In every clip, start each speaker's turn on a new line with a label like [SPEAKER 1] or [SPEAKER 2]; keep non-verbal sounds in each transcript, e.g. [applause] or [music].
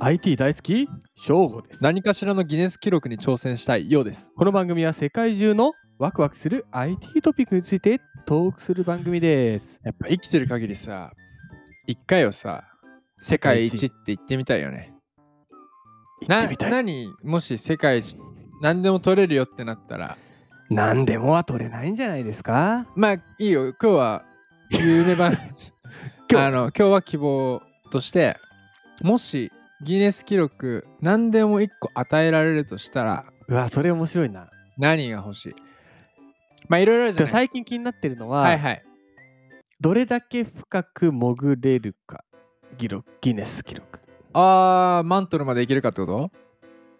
[SPEAKER 1] IT 大好き翔吾です
[SPEAKER 2] 何かしらのギネス記録に挑戦したいようです。
[SPEAKER 1] この番組は世界中のワクワクする IT トピックについてトークする番組です
[SPEAKER 2] やっぱ生きてる限りさ、一回はさ、世界一って言ってみたいよね。
[SPEAKER 1] 行ってみたい
[SPEAKER 2] な何もし世界一何でも取れるよってなったら、
[SPEAKER 1] 何でもは取れないんじゃないですか
[SPEAKER 2] まあいいよ、今日は夢話
[SPEAKER 1] [laughs] 今日
[SPEAKER 2] あの今日は希望として、もしギネス記録何でも一個与えられるとしたら、
[SPEAKER 1] うわそれ面白いな
[SPEAKER 2] 何が欲しいまあいろいろあるじ
[SPEAKER 1] でも
[SPEAKER 2] ゃない
[SPEAKER 1] 最近気になってるのは、
[SPEAKER 2] はいはい。
[SPEAKER 1] どれだけ深く潜れるか記録ギネス記録
[SPEAKER 2] あー、マントルまでいけるかってこと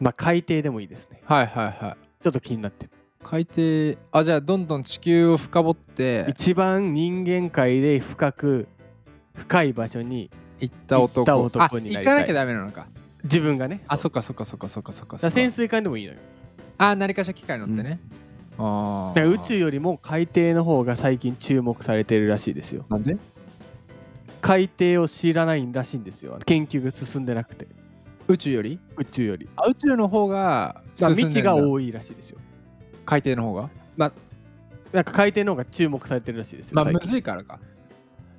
[SPEAKER 1] まあ海底でもいいですね
[SPEAKER 2] はいはいはい。
[SPEAKER 1] ちょっと気になってる
[SPEAKER 2] 海底あじゃあどんどん地球を深掘って
[SPEAKER 1] 一番人間界で深く深い場所に
[SPEAKER 2] 行った男
[SPEAKER 1] 行った男にな
[SPEAKER 2] あ
[SPEAKER 1] り
[SPEAKER 2] 行
[SPEAKER 1] たい
[SPEAKER 2] かなきゃダメなのか
[SPEAKER 1] 自分がね
[SPEAKER 2] あ
[SPEAKER 1] そう
[SPEAKER 2] そっかそっかそっかそっかそっか
[SPEAKER 1] だから潜水艦でもいいのよ
[SPEAKER 2] あ何かしら機械乗ってね、あ
[SPEAKER 1] だ
[SPEAKER 2] あ
[SPEAKER 1] から宇宙よりも海底の方が最近注目されてるらしいですよ
[SPEAKER 2] なんで
[SPEAKER 1] 海底を知らないらしいんですよ研究が進んでなくて
[SPEAKER 2] 宇宙より
[SPEAKER 1] 宇宙より
[SPEAKER 2] あ宇宙の方が
[SPEAKER 1] だか
[SPEAKER 2] 進ん
[SPEAKER 1] ら
[SPEAKER 2] でんだ
[SPEAKER 1] 未知が多いらしいですよ
[SPEAKER 2] 海底の方が
[SPEAKER 1] なんか海底の方が注目されてるらしいですよ、
[SPEAKER 2] まあ
[SPEAKER 1] 最
[SPEAKER 2] む
[SPEAKER 1] 近
[SPEAKER 2] ずいからか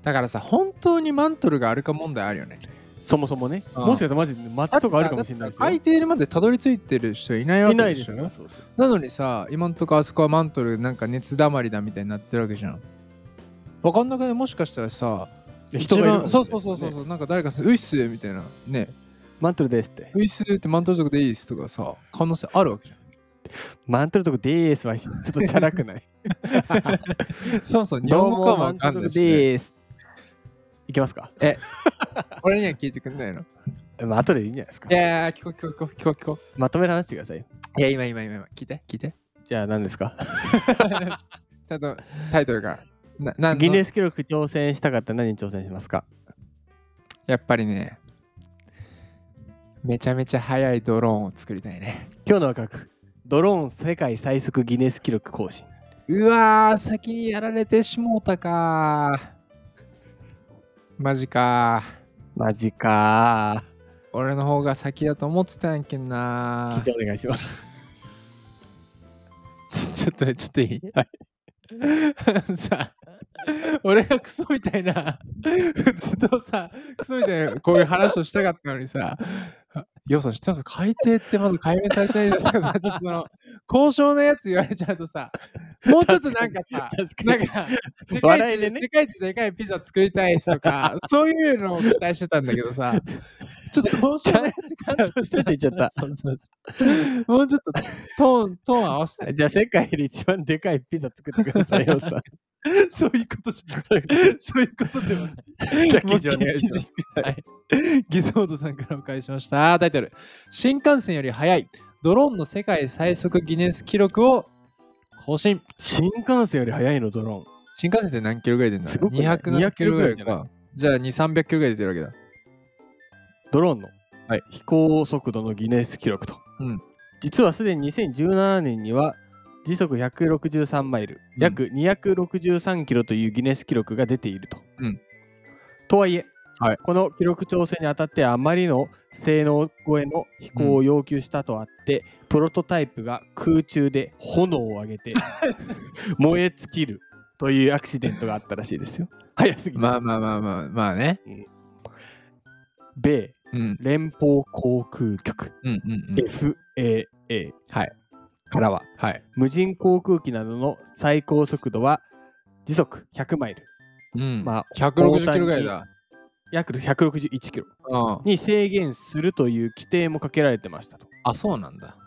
[SPEAKER 2] だからさ本当にマントルがあるか問題あるよね
[SPEAKER 1] そもそもね
[SPEAKER 2] ああ
[SPEAKER 1] もしかしたらマジで街とかあるかもしれないですよ
[SPEAKER 2] 海底までたどり着いてる人いないわけ
[SPEAKER 1] いない
[SPEAKER 2] で
[SPEAKER 1] で
[SPEAKER 2] し
[SPEAKER 1] す
[SPEAKER 2] ょ
[SPEAKER 1] よそうそう
[SPEAKER 2] なのにさ、今んとこあそこはマントルなんか熱だまりだみたいになってるわけじゃん。わかんなくね、もしかしたらさ、
[SPEAKER 1] 人がいるかもしれな
[SPEAKER 2] そう
[SPEAKER 1] い
[SPEAKER 2] そうそうそう、なんか誰かさ、ウイスみたいな、ね、
[SPEAKER 1] マントルですって
[SPEAKER 2] ウイスってマントル族でいいですとかさ、可能性あるわけじ
[SPEAKER 1] マントルとこでーすはちょっとチャラく
[SPEAKER 2] [laughs]
[SPEAKER 1] ない
[SPEAKER 2] ゃん。 [laughs] そもそも日
[SPEAKER 1] どう
[SPEAKER 2] 本語か
[SPEAKER 1] も
[SPEAKER 2] も
[SPEAKER 1] マ
[SPEAKER 2] わ
[SPEAKER 1] ント
[SPEAKER 2] かんな
[SPEAKER 1] ル
[SPEAKER 2] いし、ね、
[SPEAKER 1] でーすいけますか
[SPEAKER 2] 俺には聞いてくんないの。
[SPEAKER 1] まあ後でいいんじゃないですか
[SPEAKER 2] いやー、聞こう聞こう聞こう聞こう聞こ。
[SPEAKER 1] まとめる話してくださいう
[SPEAKER 2] いや、今今今今、聞いて、聞いて。
[SPEAKER 1] じゃあ何ですか
[SPEAKER 2] ちゃんとタイトルから。ななんの
[SPEAKER 1] ギネス記録挑戦したかったら何に挑戦しますか
[SPEAKER 2] やっぱりね、めちゃめちゃ速いドローンを作りたいね。
[SPEAKER 1] 今日の若くドローン世界最速ギネス記録更新
[SPEAKER 2] うわー、先にやられてしもうたかー。マジか
[SPEAKER 1] マジか
[SPEAKER 2] ー。俺の方が先だと思ってたんやけんな
[SPEAKER 1] ー。じゃあお願いします。
[SPEAKER 2] ちょちょっと、ちょっといい、
[SPEAKER 1] は
[SPEAKER 2] さ俺がクソみたいな、ずっとさ、クソみたいな、こういう話をしたかったのにさ、ようさん知ってます海底ってまだ解明されてないですかさ、ちょっとその、交渉のやつ言われちゃうとさ、もうちょっとなんかさ、
[SPEAKER 1] 確
[SPEAKER 2] な
[SPEAKER 1] か
[SPEAKER 2] ん
[SPEAKER 1] に。
[SPEAKER 2] か、世界
[SPEAKER 1] 笑い
[SPEAKER 2] 一
[SPEAKER 1] で
[SPEAKER 2] で、
[SPEAKER 1] ね
[SPEAKER 2] 世界一でかいピザ作りたいですとか、そういうのを期待してたんだけどさ、ちょっとどうしようもない
[SPEAKER 1] ちゃんとしてって言っちゃっ
[SPEAKER 2] そうそうそうもうちょっとトーン、トーン合わせて、
[SPEAKER 1] た。じゃあ世界で一番でかいピザ作ってくださいよ。さん
[SPEAKER 2] [laughs] そういうことじゃなくて、そういうことではない。
[SPEAKER 1] じゃあ記事お願いします。
[SPEAKER 2] はい。 [laughs] ギゾードさんからお返ししました。タイトル、新幹線より速い、ドローンの世界最速ギネス記録を更新。
[SPEAKER 1] 新幹線より速いのドロ
[SPEAKER 2] 新幹線って何キロぐらい出るんだ
[SPEAKER 1] すごくない
[SPEAKER 2] 200
[SPEAKER 1] 200
[SPEAKER 2] キロぐらい
[SPEAKER 1] じゃない
[SPEAKER 2] か。じゃあ2、300キロぐらい出てるわけだ。
[SPEAKER 1] ーン。ドローンの、
[SPEAKER 2] はい
[SPEAKER 1] 飛行速度のギネス記録と。
[SPEAKER 2] うん
[SPEAKER 1] 実はすでに2017年には時速163マイル、
[SPEAKER 2] うん
[SPEAKER 1] 約263キロというギネス記録が出ていると。
[SPEAKER 2] うん
[SPEAKER 1] とはいえ、
[SPEAKER 2] はい
[SPEAKER 1] この記録調整にあたってあまりの性能超えの飛行を要求したとあって、プロトタイプが空中で炎を上げ
[SPEAKER 2] [laughs]
[SPEAKER 1] て燃え尽きるというアクシデントがあったらしいですよ。早すぎて、
[SPEAKER 2] まあまあまあまあまあね。
[SPEAKER 1] 米
[SPEAKER 2] うん
[SPEAKER 1] 連邦航空局、
[SPEAKER 2] うんうん、
[SPEAKER 1] FAA
[SPEAKER 2] はい
[SPEAKER 1] からは
[SPEAKER 2] はい。
[SPEAKER 1] 無人航空機などの最高速度は時速100マイル
[SPEAKER 2] うん
[SPEAKER 1] まあ
[SPEAKER 2] 160キロぐらいだ。
[SPEAKER 1] 約161キロ
[SPEAKER 2] うん
[SPEAKER 1] に制限するという規定もかけられてましたと
[SPEAKER 2] あ、そうなんだ。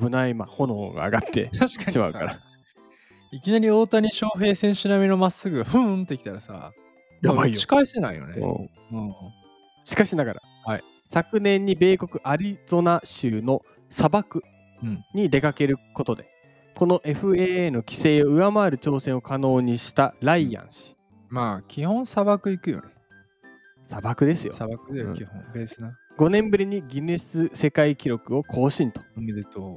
[SPEAKER 1] 危ない、まあ、炎が上が
[SPEAKER 2] [laughs]
[SPEAKER 1] って
[SPEAKER 2] 確かに
[SPEAKER 1] しま
[SPEAKER 2] さ
[SPEAKER 1] うから
[SPEAKER 2] いきなり大谷翔平選手並みのまっすぐ、ふーんってきたらさ、
[SPEAKER 1] やばいよ
[SPEAKER 2] 打ち返せないよね。
[SPEAKER 1] うん
[SPEAKER 2] うん
[SPEAKER 1] しかしながら、
[SPEAKER 2] はい
[SPEAKER 1] 昨年に米国アリゾナ州の砂漠
[SPEAKER 2] うん
[SPEAKER 1] に出かけることで、この FAA の規制を上回る挑戦を可能にしたライアン氏、
[SPEAKER 2] まあ、基本砂漠行くよね。
[SPEAKER 1] 砂漠ですよ
[SPEAKER 2] 砂漠だ
[SPEAKER 1] う
[SPEAKER 2] よ、
[SPEAKER 1] ん
[SPEAKER 2] 基本。ベースな。
[SPEAKER 1] 5年ぶりにギネス世界記録を更新と
[SPEAKER 2] おめでとう。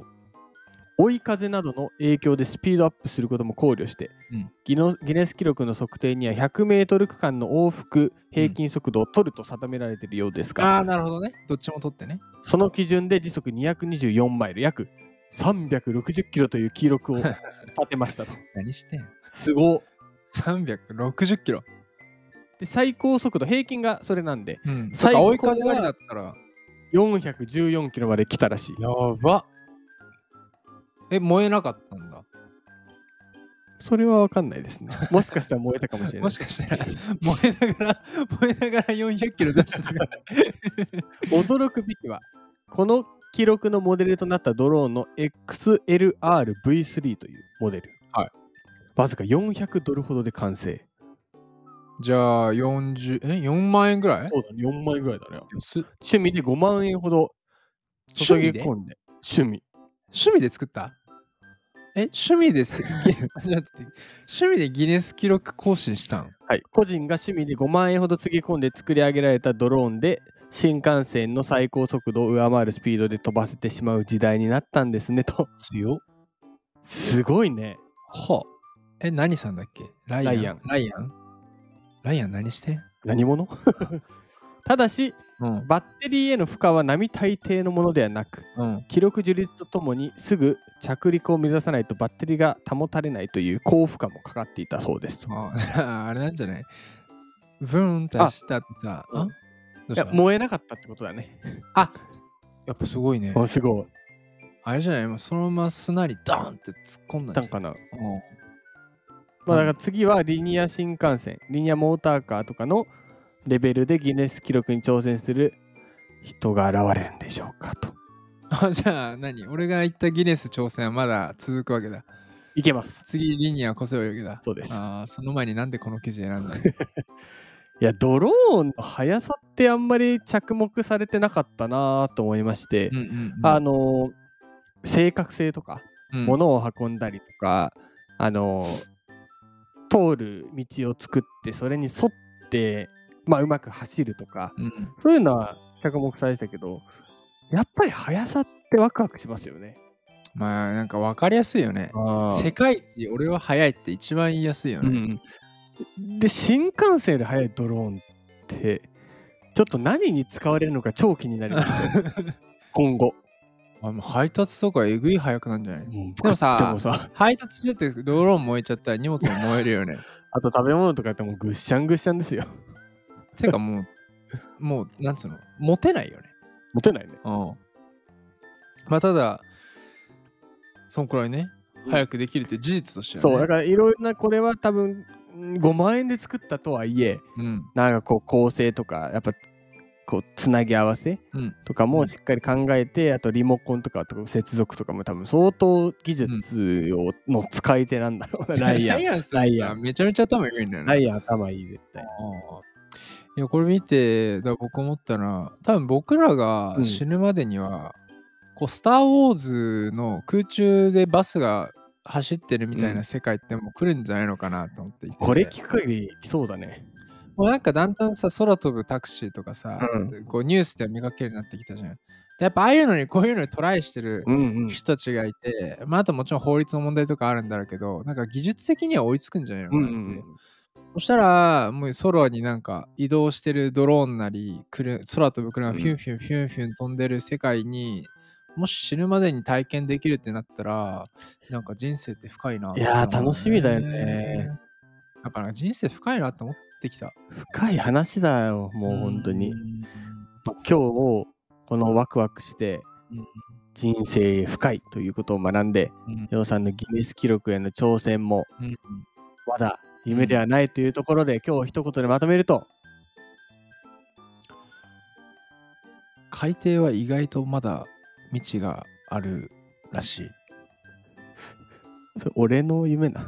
[SPEAKER 1] 追い風などの影響でスピードアップすることも考慮して、
[SPEAKER 2] うん
[SPEAKER 1] ギノギネス記録の測定には100メートル区間の往復平均速度を取ると定められているようですが、
[SPEAKER 2] ああ、なるほどね。どっちも取ってね。
[SPEAKER 1] その基準で時速224マイル約360キロという記録を立てま
[SPEAKER 2] [laughs]
[SPEAKER 1] したと。
[SPEAKER 2] 何してんの
[SPEAKER 1] すご
[SPEAKER 2] ?360 キロ。
[SPEAKER 1] で最高速度平均がそれなんで
[SPEAKER 2] うん
[SPEAKER 1] 最
[SPEAKER 2] 最
[SPEAKER 1] 高は
[SPEAKER 2] 高追い風ありだったら。
[SPEAKER 1] 414キロまで来たらしい
[SPEAKER 2] やば。え、燃えなかったんだ。
[SPEAKER 1] それは分かんないですねもしかしたら燃えたかもしれな
[SPEAKER 2] も
[SPEAKER 1] い
[SPEAKER 2] しかしたら、 [laughs] 燃えながら、燃えながら400キロ出してたから。
[SPEAKER 1] 驚くべきはこの記録のモデルとなったドローンの XLRV3 というモデル、
[SPEAKER 2] はい
[SPEAKER 1] わずか400ドルほどで完成
[SPEAKER 2] [laughs] じゃあ、40、え、4万円ぐらい
[SPEAKER 1] そうだね4万円ぐらいだね
[SPEAKER 2] す
[SPEAKER 1] 趣味で5万円ほど
[SPEAKER 2] 趣
[SPEAKER 1] 注ぎ
[SPEAKER 2] 味で
[SPEAKER 1] 込んで趣味
[SPEAKER 2] 趣味で作ったえ、趣味 [laughs] です。ギネちょっと待って趣味でギネス記録更新したの
[SPEAKER 1] はい、個人が趣味で5万円ほどつぎ込んで作り上げられたドローンで新幹線の最高速度を上回るスピードで飛ばせてしまう時代になったんですねと
[SPEAKER 2] 強
[SPEAKER 1] [laughs] すごいね
[SPEAKER 2] はあえ、何さんだっけライアン。
[SPEAKER 1] ライアン
[SPEAKER 2] ライアンライアン何してん
[SPEAKER 1] 何者 [laughs] ただし
[SPEAKER 2] うん。
[SPEAKER 1] バッテリーへの負荷は並大抵のものではなく
[SPEAKER 2] うん。
[SPEAKER 1] 記録樹立とともにすぐ着陸を目指さないとバッテリーが保たれないという高負荷もかかっていたそうですと
[SPEAKER 2] あじ [laughs] ゃあ、あれなんじゃないブーンってしたってさ、
[SPEAKER 1] あ
[SPEAKER 2] あどう
[SPEAKER 1] い
[SPEAKER 2] した
[SPEAKER 1] や燃えなかったってことだね
[SPEAKER 2] あやっぱすごいね。
[SPEAKER 1] あすごい
[SPEAKER 2] あれじゃないもうそのまま砂にダーンって突っ込んだんじ
[SPEAKER 1] な
[SPEAKER 2] ゃ
[SPEAKER 1] んかな
[SPEAKER 2] ないうん
[SPEAKER 1] まあ、だから次はリニア新幹線、リニアモーターカーとかのレベルでギネス記録に挑戦する人が現れるんでしょうかと。
[SPEAKER 2] あ [laughs] じゃあ何俺が言ったギネス挑戦はまだ続くわけだ。
[SPEAKER 1] いけます。
[SPEAKER 2] 次リニアこせばいいわけだ。
[SPEAKER 1] そうです。
[SPEAKER 2] あーその前になんでこの記事選
[SPEAKER 1] [laughs]
[SPEAKER 2] んだの
[SPEAKER 1] いや、ドローンの速さってあんまり着目されてなかったなと思いまして、
[SPEAKER 2] うんうんうん
[SPEAKER 1] あのー正確性とか、
[SPEAKER 2] うん
[SPEAKER 1] 物を運んだりとか、あのー通る道を作って、それに沿って、まあ、うまく走るとか、
[SPEAKER 2] うん
[SPEAKER 1] そういうのは着目されてたけど、やっぱり速さってワクワクしますよね。
[SPEAKER 2] まあなんか分かりやすいよね。世界一俺は速いって一番言いやすいよ
[SPEAKER 1] う
[SPEAKER 2] ね。
[SPEAKER 1] んで、新幹線より速いドローンって、ちょっと何に使われるのか超気になります今後。
[SPEAKER 2] あもう配達とかえぐい速くなんじゃない
[SPEAKER 1] で
[SPEAKER 2] でもさ
[SPEAKER 1] でもさ、
[SPEAKER 2] 配達しててドローン燃えちゃったら荷物も燃えるよね。 [laughs]
[SPEAKER 1] あと食べ物とかやってもうぐっしゃんぐっしゃんですよ。
[SPEAKER 2] てかもう、もうなんつうの、持てないよね。
[SPEAKER 1] 持てないね。
[SPEAKER 2] うん。まあただ、そんくらいね、早くできるって事実としては、
[SPEAKER 1] そ
[SPEAKER 2] ね。
[SPEAKER 1] う、だからいろいろな、これは多分、ん5万円で作ったとはいえ、
[SPEAKER 2] うん。
[SPEAKER 1] なんかこう構成とかやっぱこうつなぎ合わせ
[SPEAKER 2] うん
[SPEAKER 1] とか
[SPEAKER 2] う
[SPEAKER 1] も
[SPEAKER 2] ん
[SPEAKER 1] しっかり考えて、あとリモコンとかと接続とかも多分相当技術を、の使い手なんだろうなライアン
[SPEAKER 2] ライアンさんさ
[SPEAKER 1] ライアン
[SPEAKER 2] めちゃめちゃ頭いいんだよね。
[SPEAKER 1] ライアン頭いい絶対
[SPEAKER 2] いや、これ見て、だから僕思ったのは、多分僕らが
[SPEAKER 1] うん
[SPEAKER 2] 死ぬまでには、こう、スター・ウォーズの空中でバスが走ってるみたい
[SPEAKER 1] うん
[SPEAKER 2] な世界ってもう来るんじゃないのかなと思っていて
[SPEAKER 1] これ聞く限り来そうだね
[SPEAKER 2] もうなんかだんだんさ、空飛ぶタクシーとかさ、
[SPEAKER 1] う
[SPEAKER 2] こうニュースで見かけるようになってきたじゃん。でやっぱああいうのにこういうのにトライしてる
[SPEAKER 1] うんうん
[SPEAKER 2] 人たちがいて、まああともちろん法律の問題とかあるんだろうけど、なんか技術的には追いつくんじゃないのか
[SPEAKER 1] う
[SPEAKER 2] な
[SPEAKER 1] ん
[SPEAKER 2] って
[SPEAKER 1] う
[SPEAKER 2] いう。
[SPEAKER 1] ん
[SPEAKER 2] そしたら、もう空になんか移動してるドローンなり、くる空飛ぶ車
[SPEAKER 1] うん
[SPEAKER 2] がフュンフュンフュンフュン飛んでる世界に、もし死ぬまでに体験できるってなったら、なんか人生って深いなって
[SPEAKER 1] いやー
[SPEAKER 2] 思うね
[SPEAKER 1] 楽しみだよね。
[SPEAKER 2] やっぱなんか人生深いなって思ってきた。
[SPEAKER 1] 深い話だよもう本当に
[SPEAKER 2] ん。
[SPEAKER 1] 今日をこのワクワクして
[SPEAKER 2] うん
[SPEAKER 1] 人生深いということを学んで
[SPEAKER 2] うん
[SPEAKER 1] ヨウさんのギネス記録への挑戦も
[SPEAKER 2] うん
[SPEAKER 1] まだ夢ではないというところで、今日一言でまとめると
[SPEAKER 2] 海底は意外とまだ未知があるらしい。
[SPEAKER 1] それ俺の夢
[SPEAKER 2] [laughs]
[SPEAKER 1] な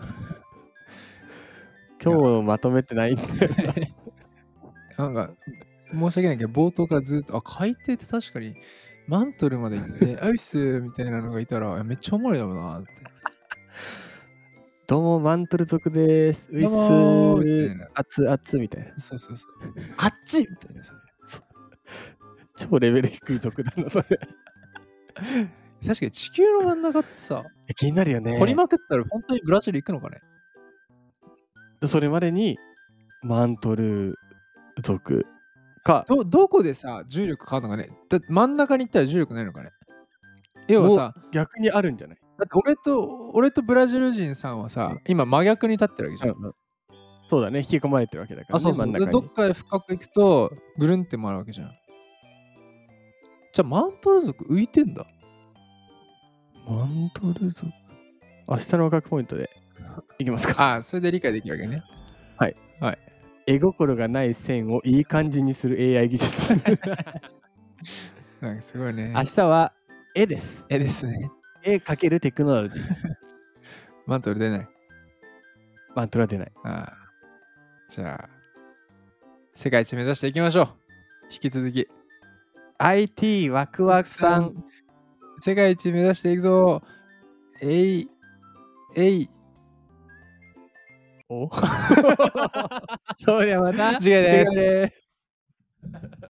[SPEAKER 1] 今日まとめてないんだよ
[SPEAKER 2] [laughs]
[SPEAKER 1] な
[SPEAKER 2] なんか、申し訳ないけど、冒頭からずっと、あ、海底って確かに、マントルまで行 [laughs] って、アイスみたいなのがいたら、いやめっちゃおもろいだろうなって。
[SPEAKER 1] どうもマントル族ですウィ
[SPEAKER 2] どうもーみた
[SPEAKER 1] ス
[SPEAKER 2] いな
[SPEAKER 1] あつあつみたいな
[SPEAKER 2] そうそうそう。あっちみたいなさ。
[SPEAKER 1] 超レベル低い族だなそれ
[SPEAKER 2] 確かに地球の真ん中ってさ、
[SPEAKER 1] え気になるよね
[SPEAKER 2] 掘りまくったら本当にブラジル行くのかね
[SPEAKER 1] それまでにマントルー族か
[SPEAKER 2] どどこでさ、重力かかるのかねだって真ん中に行ったら重力ないのかね要はさ、
[SPEAKER 1] 逆にあるんじゃない、
[SPEAKER 2] だって俺と、俺とブラジル人さんはさ、今真逆に立ってるわけじゃん。
[SPEAKER 1] そうだね引き込まれてるわけだから、ね、
[SPEAKER 2] あ、そうそう。
[SPEAKER 1] 真ん
[SPEAKER 2] で
[SPEAKER 1] 中
[SPEAKER 2] ど
[SPEAKER 1] に
[SPEAKER 2] っかで深く行くと、ぐるんって回るわけじゃん。じゃあ、マントル族浮いてんだ。
[SPEAKER 1] マントル族明日のワクワクポイント [laughs] でいきますか
[SPEAKER 2] [laughs] ああ、それで理解できるわけね。
[SPEAKER 1] 絵心がない線をいい感じにする AI 技術
[SPEAKER 2] なんかすごいね
[SPEAKER 1] [laughs] 明。日は絵です
[SPEAKER 2] えですね。
[SPEAKER 1] 絵かけるテクノロジ [laughs] ー
[SPEAKER 2] マントル出ない。
[SPEAKER 1] マントルは出ない
[SPEAKER 2] ああ。じゃあ、世界一目指していきましょう。引き続き。
[SPEAKER 1] IT ワクワクさん。
[SPEAKER 2] 世界一目指していくぞ。えい、えい。
[SPEAKER 1] お [laughs] そりゃまた
[SPEAKER 2] 次回です
[SPEAKER 1] 次回す